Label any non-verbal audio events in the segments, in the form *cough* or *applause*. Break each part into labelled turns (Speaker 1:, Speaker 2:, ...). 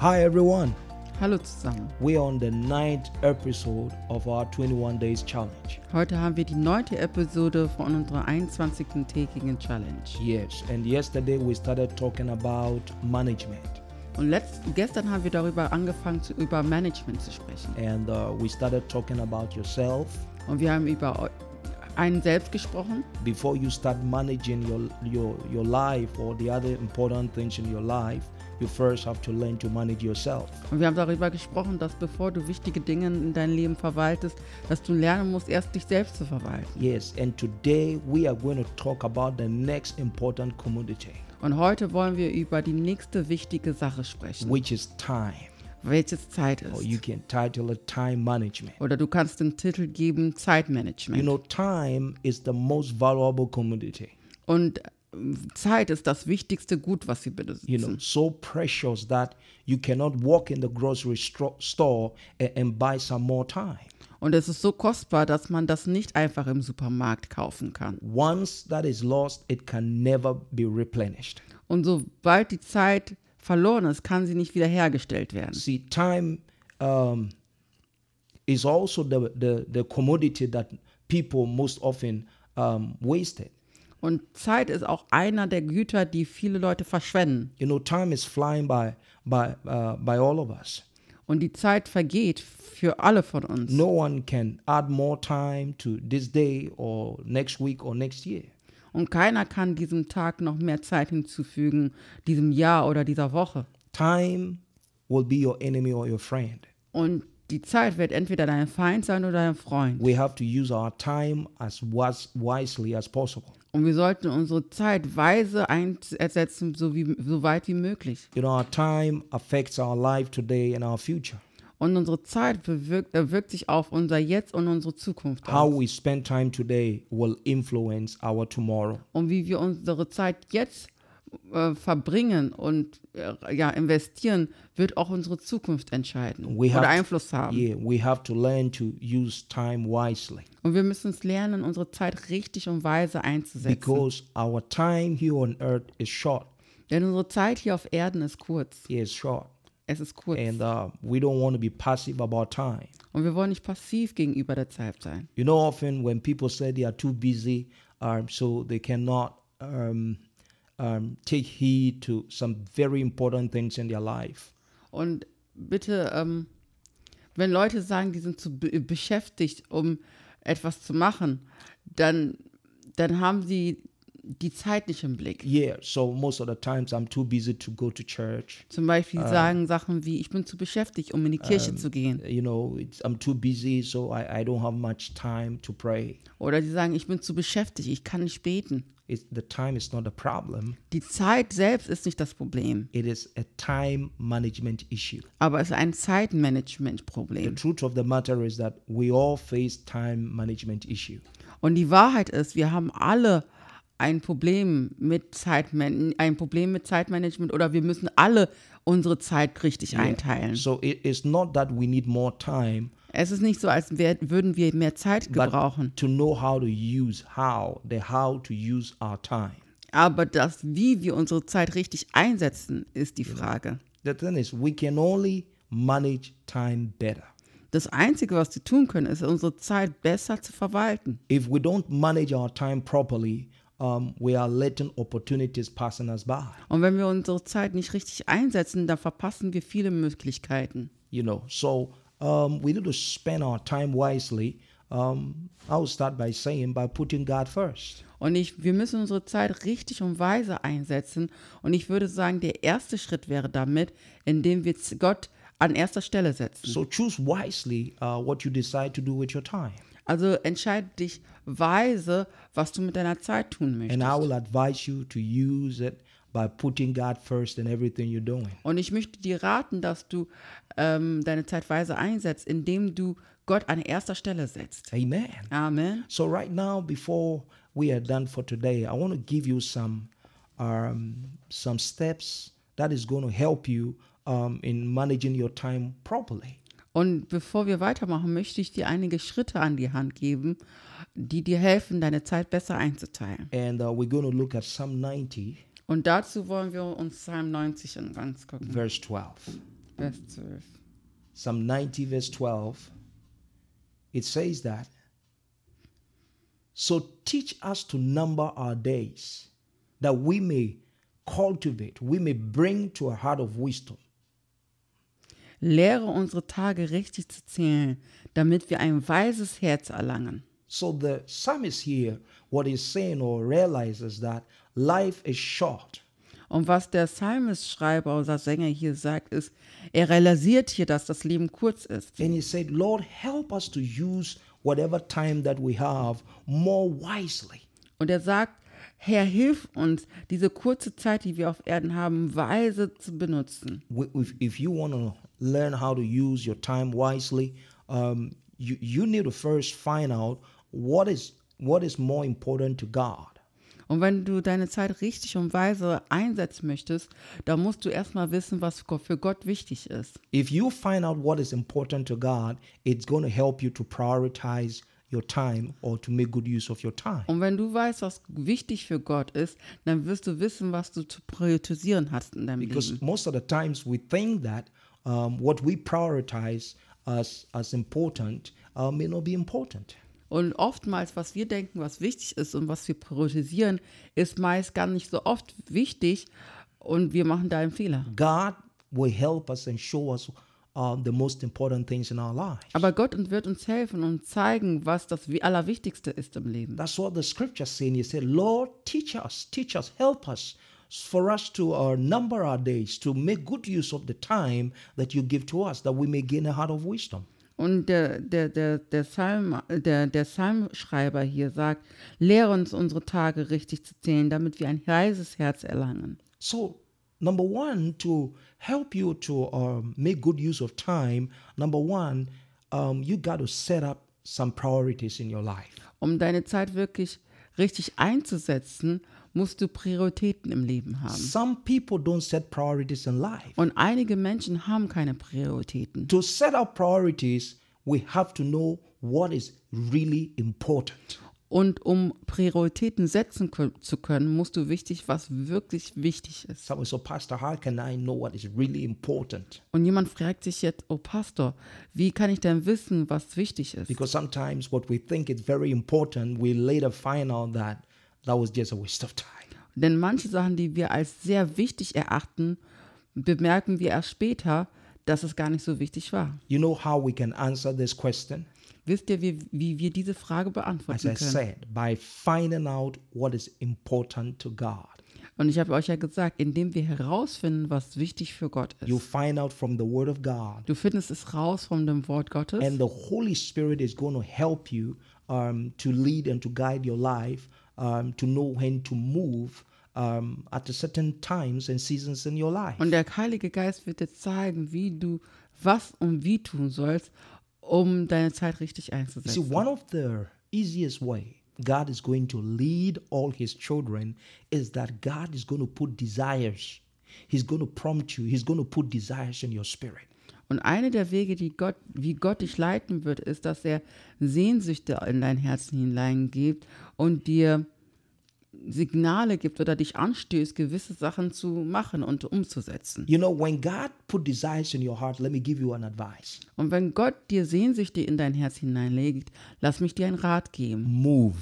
Speaker 1: Hi everyone.
Speaker 2: Hallo zusammen.
Speaker 1: We are on the ninth episode of our 21 days challenge.
Speaker 2: Heute haben wir die neunte Episode von unserer 21-tägigen Challenge.
Speaker 1: Yes, and yesterday we started talking about management
Speaker 2: Und letzt, gestern haben wir darüber angefangen, zu, über Management zu sprechen.
Speaker 1: and uh, we started talking about yourself
Speaker 2: Und wir haben über eu- einen selbst gesprochen.
Speaker 1: before you start managing your your your life or the other important things in your life. You first have to learn to manage yourself.
Speaker 2: Und wir haben darüber gesprochen, dass bevor du wichtige Dinge in deinem Leben verwaltest, dass du lernen musst, erst dich selbst zu verwalten.
Speaker 1: Yes, and today we are going to talk about the next important commodity,
Speaker 2: Und heute wollen wir über die nächste wichtige Sache sprechen,
Speaker 1: which is time.
Speaker 2: welches Zeit
Speaker 1: Or you
Speaker 2: ist.
Speaker 1: can title it time management.
Speaker 2: Oder du kannst den Titel geben
Speaker 1: You
Speaker 2: Zeitmanagement.
Speaker 1: know, time is the most valuable commodity.
Speaker 2: Und ähm, Zeit ist das wichtigste Gut, was wir besitzen.
Speaker 1: You know, so precious that you cannot walk in the grocery stro- store and, and buy some more time.
Speaker 2: Und es ist so kostbar, dass man das nicht einfach im Supermarkt kaufen kann.
Speaker 1: Once that is lost, it can never be replenished.
Speaker 2: Und sobald die Zeit verloren ist, kann sie nicht wiederhergestellt werden.
Speaker 1: See, time um, is also the, the, the commodity that people most often um, wasted.
Speaker 2: Und Zeit ist auch einer der Güter, die viele Leute verschwenden.
Speaker 1: You know, time is flying by, by, uh, by all of us.
Speaker 2: Und die Zeit vergeht für alle von uns.
Speaker 1: No one can add more time to this day or next week or next year.
Speaker 2: Und keiner kann diesem Tag noch mehr Zeit hinzufügen, diesem Jahr oder dieser Woche.
Speaker 1: Time will be your enemy or your friend.
Speaker 2: Und die Zeit wird entweder dein Feind sein oder dein Freund.
Speaker 1: We have to use our time as wise, wisely as possible.
Speaker 2: Und wir sollten unsere Zeit weise einsetzen, so, wie, so weit wie möglich.
Speaker 1: You know, our time affects our life today and our future.
Speaker 2: Und unsere Zeit bewirkt, äh, wirkt sich auf unser Jetzt und unsere Zukunft
Speaker 1: How
Speaker 2: aus.
Speaker 1: we spend time today will influence our tomorrow.
Speaker 2: Und wie wir unsere Zeit jetzt äh, verbringen und äh, ja, investieren, wird auch unsere Zukunft entscheiden
Speaker 1: We have
Speaker 2: oder
Speaker 1: to-
Speaker 2: Einfluss haben.
Speaker 1: Yeah, we have to learn to use time wisely
Speaker 2: Und wir müssen es lernen, unsere Zeit richtig und weise einzusetzen.
Speaker 1: because our time here on earth is short.
Speaker 2: Denn unsere Zeit hier auf Erden ist kurz.
Speaker 1: It's short.
Speaker 2: Es ist kurz.
Speaker 1: And uh, we don't want to be passive about time.
Speaker 2: Und wir wollen nicht passiv gegenüber der Zeit sein.
Speaker 1: You know, often when people say they are too busy, um, so they cannot um, um, take heed to some very important things in their life.
Speaker 2: Und bitte, ähm, wenn Leute sagen, die sind zu be beschäftigt, um etwas zu machen, dann, dann haben sie die Zeit nicht im Blick.
Speaker 1: Yeah, so most of the times I'm too busy to go to church.
Speaker 2: Zum Beispiel sagen Sachen wie, ich bin zu beschäftigt, um in die Kirche zu gehen.
Speaker 1: You know, it's, I'm too busy, so I, I don't have much time to pray.
Speaker 2: Oder sie sagen, ich bin zu beschäftigt, ich kann nicht beten.
Speaker 1: It's, the time is not a problem,
Speaker 2: Die Zeit selbst ist nicht das Problem,
Speaker 1: it is a time management issue.
Speaker 2: aber es ist ein
Speaker 1: The
Speaker 2: Zeitmanagement-Problem.
Speaker 1: truth of the matter is that we all face time management issue.
Speaker 2: Und die Wahrheit ist, wir haben alle ein Problem mit Zeitman ein Problem mit Zeitmanagement oder wir müssen alle unsere Zeit richtig einteilen.
Speaker 1: So it, it's not that we need more time,
Speaker 2: Es ist nicht so, als wär, würden wir mehr Zeit
Speaker 1: but
Speaker 2: gebrauchen,
Speaker 1: to know how to use how the how to use our time
Speaker 2: aber das, wie wir unsere Zeit richtig einsetzen, ist die Frage.
Speaker 1: the thing is we can only manage time better
Speaker 2: Das Einzige, was wir tun können, ist, unsere Zeit besser zu verwalten.
Speaker 1: if we don't manage our time properly um, we are letting opportunities passing us by
Speaker 2: Und wenn wir unsere Zeit nicht richtig einsetzen, dann verpassen wir viele Möglichkeiten.
Speaker 1: you know so um, we need to spend our time wisely um, i'll start by saying by putting god first
Speaker 2: Und ich, wir müssen unsere Zeit richtig und weise einsetzen. Und ich würde sagen, der erste Schritt wäre damit, indem wir z- Gott an erster Stelle setzen.
Speaker 1: so choose wisely uh, what you decide to do with your time
Speaker 2: Also entscheide dich weise, was du mit deiner Zeit tun
Speaker 1: and i
Speaker 2: möchtest.
Speaker 1: will advise you to use it by putting god first in everything you're doing
Speaker 2: Und ich möchte dir raten, dass du ähm, deine Zeit weise einsetzt, indem du Gott an erster Stelle setzt.
Speaker 1: amen
Speaker 2: Amen.
Speaker 1: So right now, before we are done for today, I want to give you some um, some steps that is going to help you um, in managing your time properly.
Speaker 2: Und bevor wir weitermachen, möchte ich dir einige Schritte an die Hand geben, die dir helfen, deine Zeit besser einzuteilen.
Speaker 1: And uh, we're going to look at Psalm 90,
Speaker 2: Und dazu wollen wir uns Psalm 90 an- angucken.
Speaker 1: verse 12.
Speaker 2: Vers 12.
Speaker 1: Psalm 90, verse 12, it says that. So teach us to number our days, that we may cultivate, we may bring to a heart of wisdom.
Speaker 2: Lehre unsere Tage richtig zu zählen, damit wir ein weises Herz erlangen.
Speaker 1: So the psalmist here, what he's saying or realizes that life is short.
Speaker 2: Und was der Psalmist-Schreiber oder Sänger hier sagt, ist, er realisiert hier, dass das Leben kurz ist.
Speaker 1: And he said, Lord, help us to use whatever time that we have more wisely.
Speaker 2: Und er sagt, Herr, hilf uns, diese kurze Zeit, die wir auf Erden haben, weise zu benutzen.
Speaker 1: Wi- If, if you want to learn how to use your time wisely, um, you, you need to first find out what is what is more important to God.
Speaker 2: Und wenn du deine Zeit richtig und weise einsetzen möchtest, dann musst du erstmal wissen, was Gott- für Gott wichtig ist.
Speaker 1: If you find out what is important to God, it's going to help you to prioritize your time or to make good use of your time.
Speaker 2: Und wenn du weißt, was wichtig für Gott ist, dann wirst du wissen, was du zu priorisieren hast in deinem
Speaker 1: because
Speaker 2: Leben.
Speaker 1: most of the times we think that um, what we prioritize as as important uh, may not be important.
Speaker 2: Und oftmals, was wir denken, was wichtig ist und was wir priorisieren, ist meist gar nicht so oft wichtig und wir machen da einen Fehler.
Speaker 1: God will help us and show us uh, the most important things in our life.
Speaker 2: Aber Gott und wird uns helfen und zeigen, was das Wi- Allerwichtigste ist im Leben.
Speaker 1: That's what the scripture saying. He said, "Lord, teach us, teach us, help us." For us to uh, number our days, to make good use of the time that you give to us, that we may gain a heart of wisdom.
Speaker 2: Und der, der, der, der, Psalm, der, der Psalmschreiber hier sagt, lehre uns unsere Tage richtig zu zählen, damit wir ein heißes Herz erlangen.
Speaker 1: So, number one, to help you to um, make good use of time, number one, um, you got to set up some priorities in your life.
Speaker 2: Um deine Zeit wirklich richtig einzusetzen, musst du Prioritäten im Leben haben.
Speaker 1: Some people don't set priorities in life.
Speaker 2: Und einige Menschen haben keine Prioritäten.
Speaker 1: To set up priorities, we have to know what is really important.
Speaker 2: Und um Prioritäten setzen kö- zu können, musst du wichtig, was wirklich wichtig ist.
Speaker 1: Someone said, Pastor, how can I know what is really important?
Speaker 2: Und jemand fragt sich jetzt, oh Pastor, wie kann ich denn wissen, was wichtig ist?
Speaker 1: Because sometimes what we think is very important, we later find out that that was just a waste of time.
Speaker 2: Denn manche Sachen, die wir als sehr wichtig erachten, bemerken wir erst später, dass es gar nicht so wichtig war.
Speaker 1: You know how we can answer this question?
Speaker 2: Wisst ihr, wie, wie wir diese Frage
Speaker 1: As
Speaker 2: beantworten
Speaker 1: I
Speaker 2: können?
Speaker 1: said, by finding out what is important to God,
Speaker 2: Und ich habe euch ja gesagt, indem wir herausfinden, was wichtig für Gott
Speaker 1: you
Speaker 2: ist.
Speaker 1: find out from the Word of God,
Speaker 2: Du findest es raus von dem Wort Gottes.
Speaker 1: and the Holy Spirit is going to help you um, to lead and to guide your life, um, to know when to move um, at certain times and seasons in your life.
Speaker 2: Und der Heilige Geist wird dir zeigen, wie du was und wie tun sollst, um deine Zeit richtig
Speaker 1: You see,
Speaker 2: einzusetzen.
Speaker 1: one of the easiest way God is going to lead all His children is that God is going to put desires. He's going to prompt you. He's going to put desires in your spirit.
Speaker 2: Und eine der Wege, die Gott, wie Gott dich leiten wird, ist, dass er Sehnsüchte in dein Herzen hineingibt und dir Signale gibt oder dich anstößt, gewisse Sachen zu machen und umzusetzen.
Speaker 1: You know, when God put desires in your heart, let me give you an advice.
Speaker 2: Und wenn Gott dir Sehnsüchte in dein Herz hineinlegt, lass mich dir einen Rat geben.
Speaker 1: Move.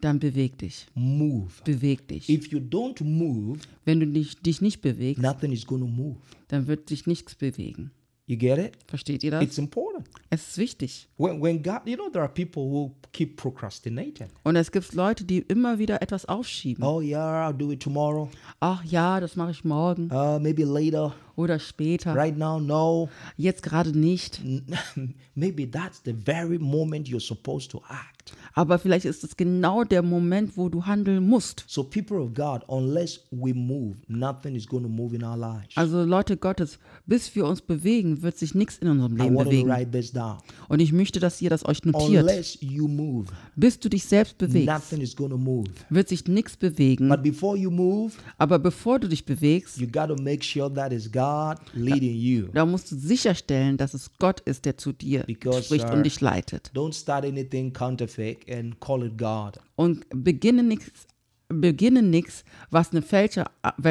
Speaker 2: Dann beweg dich.
Speaker 1: Move.
Speaker 2: Beweg dich.
Speaker 1: If you don't move,
Speaker 2: Wenn du dich, dich nicht bewegst,
Speaker 1: nothing is going to move.
Speaker 2: dann wird sich nichts bewegen.
Speaker 1: You get it?
Speaker 2: Versteht ihr das?
Speaker 1: It's important.
Speaker 2: Es ist wichtig.
Speaker 1: When, when God, you know, there are people who keep procrastinating.
Speaker 2: Und es gibt Leute, die immer wieder etwas aufschieben.
Speaker 1: Oh, yeah, I'll do it tomorrow.
Speaker 2: Ach ja, das mache ich morgen
Speaker 1: Uh, maybe later.
Speaker 2: oder später.
Speaker 1: Right now, no. *laughs*
Speaker 2: Jetzt gerade nicht.
Speaker 1: maybe that's the very moment you're supposed to act.
Speaker 2: Aber vielleicht ist es genau der Moment, wo du handeln musst.
Speaker 1: So, people of God, unless we move, nothing is going to move in our lives.
Speaker 2: Also Leute Gottes, bis wir uns bewegen, wird sich nichts in unserem
Speaker 1: I
Speaker 2: Leben
Speaker 1: want to
Speaker 2: bewegen.
Speaker 1: write this down.
Speaker 2: Und ich möchte, dass ihr das euch notiert.
Speaker 1: Unless you move,
Speaker 2: Bis du dich selbst bewegst,
Speaker 1: nothing is going to move.
Speaker 2: wird sich nichts bewegen.
Speaker 1: But before you move,
Speaker 2: Aber bevor du dich bewegst,
Speaker 1: you got to make sure that it's God leading you.
Speaker 2: da musst du sicherstellen, dass es Gott ist, der zu dir
Speaker 1: Because,
Speaker 2: spricht
Speaker 1: uh,
Speaker 2: und dich leitet.
Speaker 1: Don't start anything counterfeit and call it God.
Speaker 2: und beginne nichts beginne nichts, was eine Fälsche,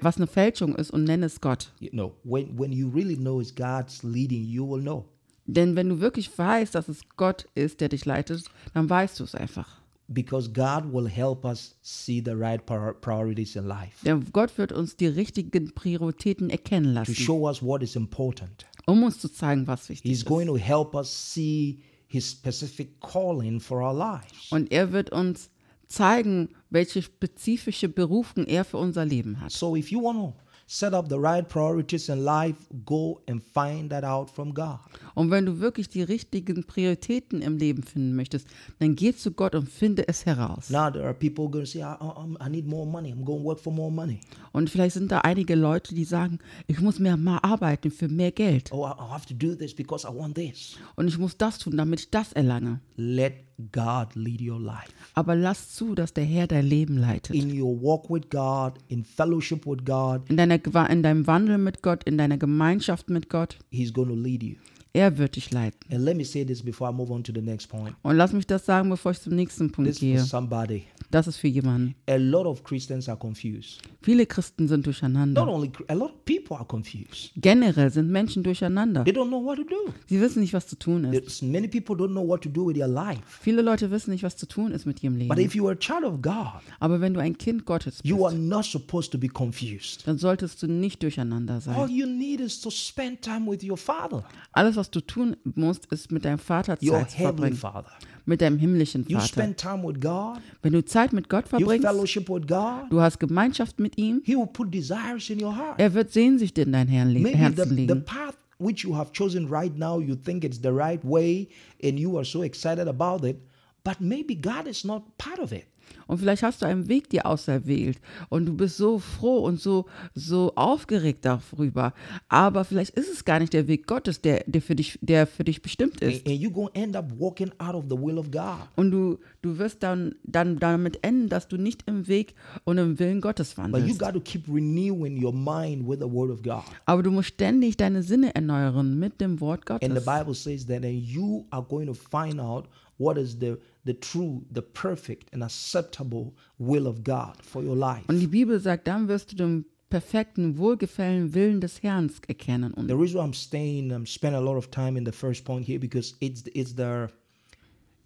Speaker 2: was eine Fälschung ist und nenne es Gott.
Speaker 1: You know, when, when you really know it's God's leading, you will know.
Speaker 2: Denn wenn du wirklich weißt, dass es Gott ist, der dich leitet, dann weißt du es einfach.
Speaker 1: Because God will help us see the right prior- priorities in life.
Speaker 2: Denn Gott wird uns die richtigen Prioritäten erkennen
Speaker 1: To
Speaker 2: lassen,
Speaker 1: show us what is important.
Speaker 2: um uns zu zeigen, was wichtig
Speaker 1: He's
Speaker 2: ist.
Speaker 1: going to help us see his specific calling for our lives.
Speaker 2: Und er wird uns zeigen, welche spezifische Berufung er für unser Leben hat.
Speaker 1: So if you want to set up the right priorities in life, go and find that out from God.
Speaker 2: Und wenn du wirklich die richtigen Prioritäten im Leben finden möchtest, dann geh zu Gott und finde es heraus.
Speaker 1: Now there are people going to say, I, I, I need more money. I'm going to work for more money.
Speaker 2: Und vielleicht sind da einige Leute, die sagen, ich muss mehr mal arbeiten für mehr Geld
Speaker 1: Oh, I, I have to do this because I want this.
Speaker 2: und ich muss das tun, damit ich das erlange.
Speaker 1: Let God lead your life.
Speaker 2: Aber lass zu, dass der Herr dein Leben leitet.
Speaker 1: In your walk with God, in fellowship with God,
Speaker 2: In, deiner, Gewa- in deinem Wandel mit Gott, in deiner Gemeinschaft mit Gott,
Speaker 1: He's going to lead you.
Speaker 2: er wird dich leiten.
Speaker 1: And let me say this before I move on to the next point.
Speaker 2: Und lass mich das sagen, bevor ich zum nächsten Punkt
Speaker 1: This is
Speaker 2: gehe.
Speaker 1: for somebody.
Speaker 2: Das ist für jemanden.
Speaker 1: A lot of Christians are confused.
Speaker 2: Viele Christen sind durcheinander.
Speaker 1: Not only a lot of people are confused.
Speaker 2: Generell sind Menschen durcheinander.
Speaker 1: They don't know what to do.
Speaker 2: Sie wissen nicht, was zu tun ist.
Speaker 1: There's many people don't know what to do with their life.
Speaker 2: Viele Leute wissen nicht, was zu tun ist mit ihrem
Speaker 1: But
Speaker 2: Leben.
Speaker 1: if you are a child of God,
Speaker 2: Aber wenn du ein Kind Gottes
Speaker 1: you are
Speaker 2: bist,
Speaker 1: not supposed to be confused.
Speaker 2: dann solltest du nicht durcheinander
Speaker 1: All
Speaker 2: sein.
Speaker 1: you need is to spend time with your father,
Speaker 2: Alles, was du tun musst, ist mit deinem Vater
Speaker 1: your
Speaker 2: Zeit zu
Speaker 1: heavenly
Speaker 2: verbringen.
Speaker 1: father.
Speaker 2: Mit deinem himmlischen
Speaker 1: You
Speaker 2: Vater.
Speaker 1: spend time with God,
Speaker 2: Wenn du Zeit mit Gott
Speaker 1: you
Speaker 2: verbringst,
Speaker 1: fellowship with God,
Speaker 2: du hast Gemeinschaft mit ihm,
Speaker 1: He will put desires in your heart.
Speaker 2: er wird Sehnsucht in dein Herrn le-
Speaker 1: Maybe the,
Speaker 2: Herzen
Speaker 1: the
Speaker 2: legen.
Speaker 1: path which you have chosen right now, you think it's the right way and you are so excited about it, but maybe God is not part of it.
Speaker 2: Und vielleicht hast du einen Weg dir auserwählt und du bist so froh und so, so aufgeregt darüber. Aber vielleicht ist es gar nicht der Weg Gottes, der, der, für, dich, der für dich bestimmt
Speaker 1: And,
Speaker 2: ist.
Speaker 1: and you're going to end up walking out of the will of God.
Speaker 2: Und du, du wirst dann, dann damit enden, dass du nicht im Weg und im Willen Gottes
Speaker 1: But you
Speaker 2: wandelst.
Speaker 1: got to keep renewing your mind with the word of God.
Speaker 2: Aber du musst ständig deine Sinne erneuern mit dem Wort Gottes.
Speaker 1: And the Bible says that and you are going to find out what is the the true, the perfect and acceptable will of God for your life.
Speaker 2: Und die Bibel sagt, dann wirst du den perfekten, wohlgefällenen Willen des Herrn erkennen. Und
Speaker 1: The reason why I'm staying, I'm spending a lot of time in the first point here because it's it's the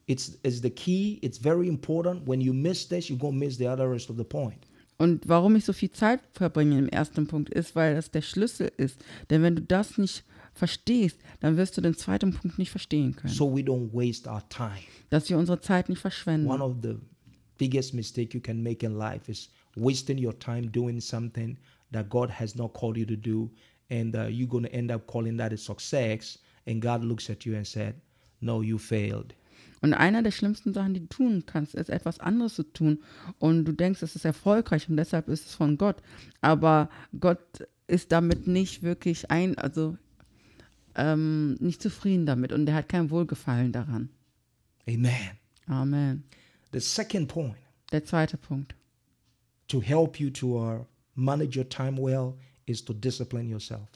Speaker 1: it's it's the key. It's very important. When you miss this, you're gonna miss the other rest of the point.
Speaker 2: Und warum ich so viel Zeit verbringe im ersten Punkt ist, weil das der Schlüssel ist. Denn wenn du das nicht verstehst, dann wirst du den zweiten Punkt nicht verstehen können.
Speaker 1: So we don't waste our time.
Speaker 2: Dass wir unsere Zeit nicht verschwenden.
Speaker 1: One of the biggest mistake you can make in life is wasting your time doing something that God has not called you to do, and uh, you're gonna end up calling that a success. And God looks at you and said, "No, you failed."
Speaker 2: Und einer der schlimmsten Sachen, die du tun kannst, ist etwas anderes zu tun. Und du denkst, es ist erfolgreich und deshalb ist es von Gott. Aber Gott ist damit nicht wirklich ein, also ähm, nicht zufrieden damit und er hat kein Wohlgefallen daran.
Speaker 1: Amen.
Speaker 2: Amen.
Speaker 1: The second point.
Speaker 2: Der zweite Punkt.
Speaker 1: to help you to uh, manage your time well is to discipline yourself.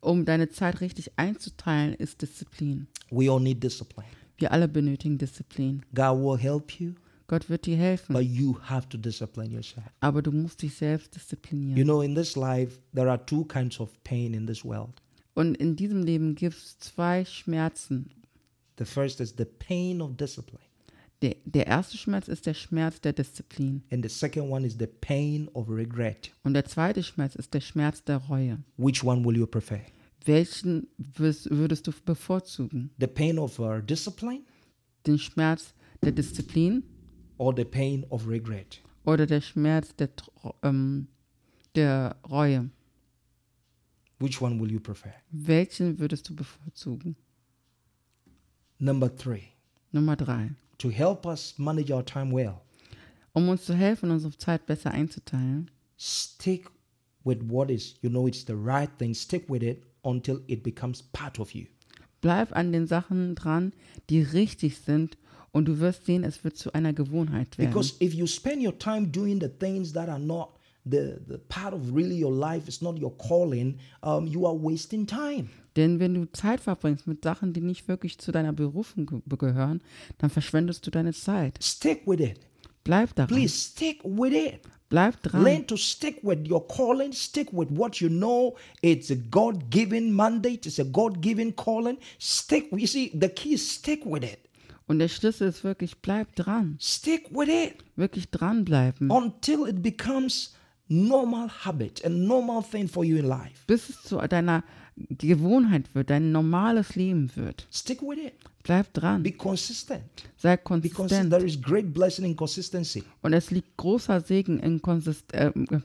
Speaker 2: Um deine Zeit richtig einzuteilen, ist Disziplin.
Speaker 1: We all need discipline.
Speaker 2: Wir alle benötigen Disziplin.
Speaker 1: God will help you,
Speaker 2: Gott wird dir helfen,
Speaker 1: but you have to discipline yourself.
Speaker 2: aber du musst dich selbst disziplinieren.
Speaker 1: You know, in this life, there are two kinds of pain in this world.
Speaker 2: Und in diesem Leben gibt es zwei Schmerzen,
Speaker 1: The first is the pain of discipline,
Speaker 2: Der, der erste Schmerz ist der Schmerz der Disziplin.
Speaker 1: and the second one is the pain of regret.
Speaker 2: Und der zweite Schmerz ist der Schmerz der Reue.
Speaker 1: Which one will you prefer?
Speaker 2: Welchen wirst, würdest du bevorzugen?
Speaker 1: The pain of uh, discipline
Speaker 2: Den Schmerz der Disziplin
Speaker 1: or the pain of regret?
Speaker 2: oder der Schmerz der, Tr- ähm, der Reue?
Speaker 1: Which one will you prefer?
Speaker 2: Welchen würdest du bevorzugen?
Speaker 1: Number three,
Speaker 2: Nummer drei.
Speaker 1: to help us manage our time well,
Speaker 2: Um uns zu helfen, unsere Zeit besser einzuteilen,
Speaker 1: stick with what is you know it's the right thing stick with it until it becomes part of you
Speaker 2: bleib an den Sachen dran, die richtig sind und du wirst sehen, es wird zu einer Gewohnheit werden.
Speaker 1: because if you spend your time doing the things that are not the, the part of really your life it's not your calling um, you are wasting time
Speaker 2: Denn wenn du Zeit verbringst mit Sachen, die nicht wirklich zu deiner Berufung ge gehören, dann verschwendest du deine Zeit.
Speaker 1: stick with it
Speaker 2: Bleib daran.
Speaker 1: Please stick with it.
Speaker 2: Bleib dran.
Speaker 1: Learn to stick with your calling, stick with what you know. It's a God given mandate, it's a God given calling. Stick, you see, the key is stick with it.
Speaker 2: Und der Schlüssel ist wirklich, bleib dran.
Speaker 1: Stick with it
Speaker 2: Wirklich
Speaker 1: Oh.
Speaker 2: dranbleiben.
Speaker 1: until it becomes normal habit, a normal thing for you in life.
Speaker 2: Bis es zu deiner Gewohnheit wird, dein normales Leben wird.
Speaker 1: Stick with it.
Speaker 2: Bleib dran.
Speaker 1: Be consistent.
Speaker 2: Sei
Speaker 1: Because
Speaker 2: konsistent.
Speaker 1: there is great blessing in consistency.
Speaker 2: Und es liegt großer Segen, in konsist ähm, äh,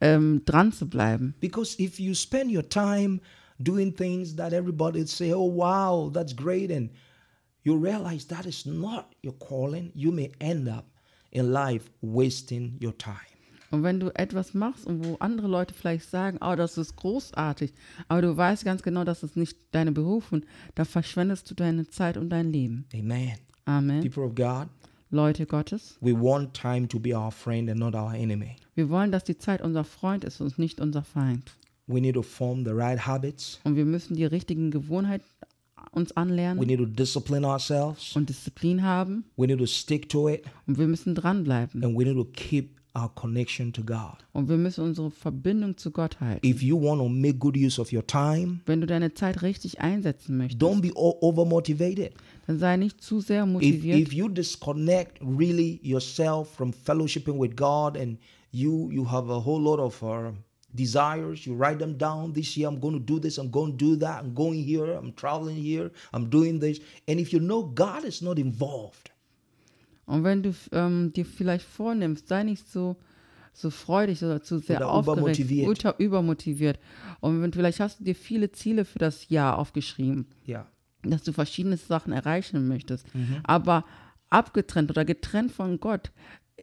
Speaker 2: ähm, dran zu bleiben.
Speaker 1: Because if you spend your time doing things that everybody would say, oh, wow, that's great, and you realize that is not your calling, you may end up in life wasting your time.
Speaker 2: Und wenn du etwas machst und wo andere Leute vielleicht sagen, oh, das ist großartig, aber du weißt ganz genau, das ist nicht deine Berufung, da verschwendest du deine Zeit und dein Leben.
Speaker 1: Amen.
Speaker 2: Mm-hmm. Amen.
Speaker 1: People of God,
Speaker 2: Leute Gottes,
Speaker 1: we want time to be our friend and not our enemy.
Speaker 2: wir wollen, dass die Zeit unser Freund ist und nicht unser Feind.
Speaker 1: We need to form the right habits.
Speaker 2: Und wir müssen die richtigen Gewohnheiten uns
Speaker 1: We
Speaker 2: anlernen
Speaker 1: need to discipline ourselves.
Speaker 2: und Disziplin haben
Speaker 1: We need to stick to it.
Speaker 2: und wir müssen dranbleiben
Speaker 1: And we need to keep our connection to God.
Speaker 2: und wir müssen unsere Verbindung zu Gott halten.
Speaker 1: If you want to make good use of your time,
Speaker 2: Wenn du deine Zeit richtig einsetzen möchtest,
Speaker 1: don't be o- overmotivated.
Speaker 2: dann sei nicht zu sehr
Speaker 1: if,
Speaker 2: motiviert.
Speaker 1: if you disconnect really yourself from fellowshipping with God and you you have a whole lot of uh, desires, you write them down. This year I'm going to do this. I'm going to do that. I'm going here. I'm traveling here. I'm doing this. And if you know God is not involved,
Speaker 2: Und wenn du ähm, dir vielleicht vornimmst, sei nicht so, so freudig oder zu sehr
Speaker 1: Oder
Speaker 2: aufgeregt,
Speaker 1: übermotiviert.
Speaker 2: Unter, übermotiviert. Und wenn, vielleicht hast du dir viele Ziele für das Jahr aufgeschrieben,
Speaker 1: yeah,
Speaker 2: dass du verschiedene Sachen erreichen möchtest.
Speaker 1: Mhm.
Speaker 2: Aber abgetrennt oder getrennt von Gott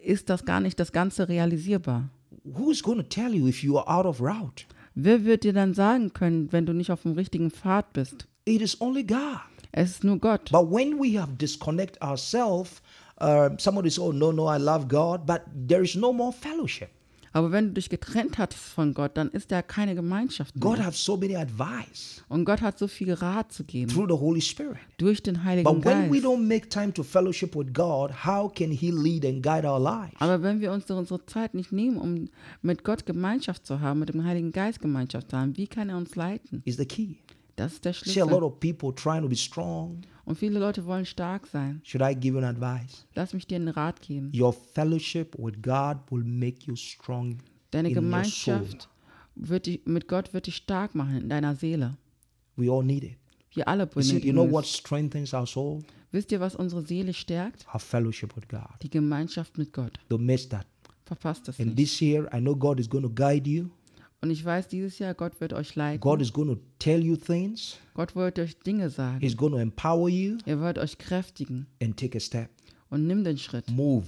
Speaker 2: ist das gar nicht das Ganze realisierbar.
Speaker 1: who's going to tell you if you are out of route?
Speaker 2: Wer wird dir dann sagen können, wenn du nicht auf dem richtigen Pfad bist?
Speaker 1: It is only God.
Speaker 2: Es ist nur Gott.
Speaker 1: But when we have disconnect ourselves, uh, somebody says, "Oh no, no, I love God," but there is no more fellowship.
Speaker 2: Aber wenn du dich getrennt hattest von Gott, dann ist da keine Gemeinschaft mehr.
Speaker 1: God have so many advice
Speaker 2: Und Gott hat so viel Rat zu geben
Speaker 1: through the Holy Spirit.
Speaker 2: durch den Heiligen
Speaker 1: But when we
Speaker 2: Geist.
Speaker 1: don't make time to fellowship with God, how can He lead and guide our lives?
Speaker 2: Aber wenn wir uns unsere Zeit nicht nehmen, um mit Gott Gemeinschaft zu haben, mit dem Heiligen Geist Gemeinschaft zu haben, wie kann er uns leiten?
Speaker 1: Is the key.
Speaker 2: Das ist der
Speaker 1: See, a lot
Speaker 2: Schlüssel.
Speaker 1: of people trying to be strong.
Speaker 2: Und viele Leute wollen stark sein.
Speaker 1: Should I give you an advice?
Speaker 2: Lass mich dir einen Rat geben.
Speaker 1: Your fellowship with God will make you strong
Speaker 2: Deine
Speaker 1: in your soul.
Speaker 2: Gemeinschaft wird dich, mit Gott wird dich stark machen in deiner Seele.
Speaker 1: We all need it.
Speaker 2: Wir alle
Speaker 1: You see, you know
Speaker 2: benötigen
Speaker 1: what
Speaker 2: es.
Speaker 1: strengthens our soul?
Speaker 2: Wisst ihr, was unsere Seele stärkt?
Speaker 1: Our fellowship with God.
Speaker 2: Die Gemeinschaft mit Gott.
Speaker 1: Don't miss that.
Speaker 2: Verpasst es
Speaker 1: And
Speaker 2: nicht.
Speaker 1: this year, I know God is going to guide you.
Speaker 2: Und ich weiß, dieses Jahr, Gott wird euch leiten.
Speaker 1: God is going to tell you things.
Speaker 2: Gott wird euch Dinge sagen.
Speaker 1: He's going to empower you
Speaker 2: Er wird euch kräftigen.
Speaker 1: and take a step.
Speaker 2: Und nimm den Schritt.
Speaker 1: Move.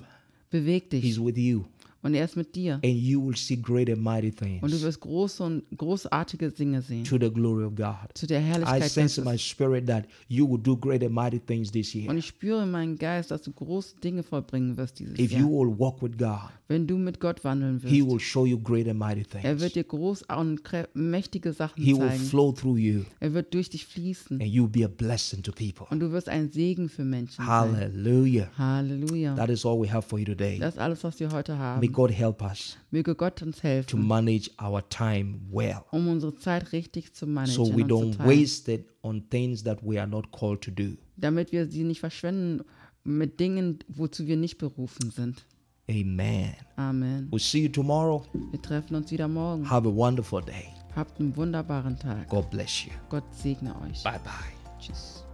Speaker 2: Beweg dich.
Speaker 1: He's with you.
Speaker 2: Und er ist mit dir.
Speaker 1: And you will see great and mighty things.
Speaker 2: Und du wirst große und großartige Dinge sehen.
Speaker 1: to the glory of God.
Speaker 2: Zu der
Speaker 1: I
Speaker 2: Herrlichkeit
Speaker 1: sense in
Speaker 2: Gottes.
Speaker 1: my spirit that you will do great and mighty things this
Speaker 2: Und
Speaker 1: year
Speaker 2: ich spüre in meinem Geist, dass du große Dinge vollbringen wirst dieses
Speaker 1: if you
Speaker 2: Jahr.
Speaker 1: will walk with God.
Speaker 2: Wenn du mit Gott wandeln
Speaker 1: He
Speaker 2: wirst.
Speaker 1: will show you great and mighty
Speaker 2: Er
Speaker 1: things.
Speaker 2: wird dir groß und krä- mächtige Sachen
Speaker 1: He will
Speaker 2: zeigen.
Speaker 1: flow through you,
Speaker 2: Er wird durch dich fließen.
Speaker 1: and you'll be a blessing to people.
Speaker 2: Und du wirst ein Segen für Menschen sein.
Speaker 1: Hallelujah!
Speaker 2: Halleluja.
Speaker 1: That is all we have for you today.
Speaker 2: Das ist alles, was wir heute
Speaker 1: May
Speaker 2: haben.
Speaker 1: God help us
Speaker 2: Möge Gott uns
Speaker 1: to
Speaker 2: helfen,
Speaker 1: manage our time well,
Speaker 2: um unsere Zeit richtig zu
Speaker 1: so
Speaker 2: managen
Speaker 1: we
Speaker 2: und zu
Speaker 1: don't
Speaker 2: teilen,
Speaker 1: waste it on things that we are not called to do.
Speaker 2: damit wir sie nicht verschwenden mit Dingen, wozu wir nicht berufen sind.
Speaker 1: Amen.
Speaker 2: Amen.
Speaker 1: We'll see you tomorrow.
Speaker 2: Wir treffen uns wieder morgen.
Speaker 1: Have a wonderful day.
Speaker 2: Habt einen wunderbaren Tag.
Speaker 1: God bless you.
Speaker 2: Gott segne euch.
Speaker 1: Bye bye.
Speaker 2: Tschüss.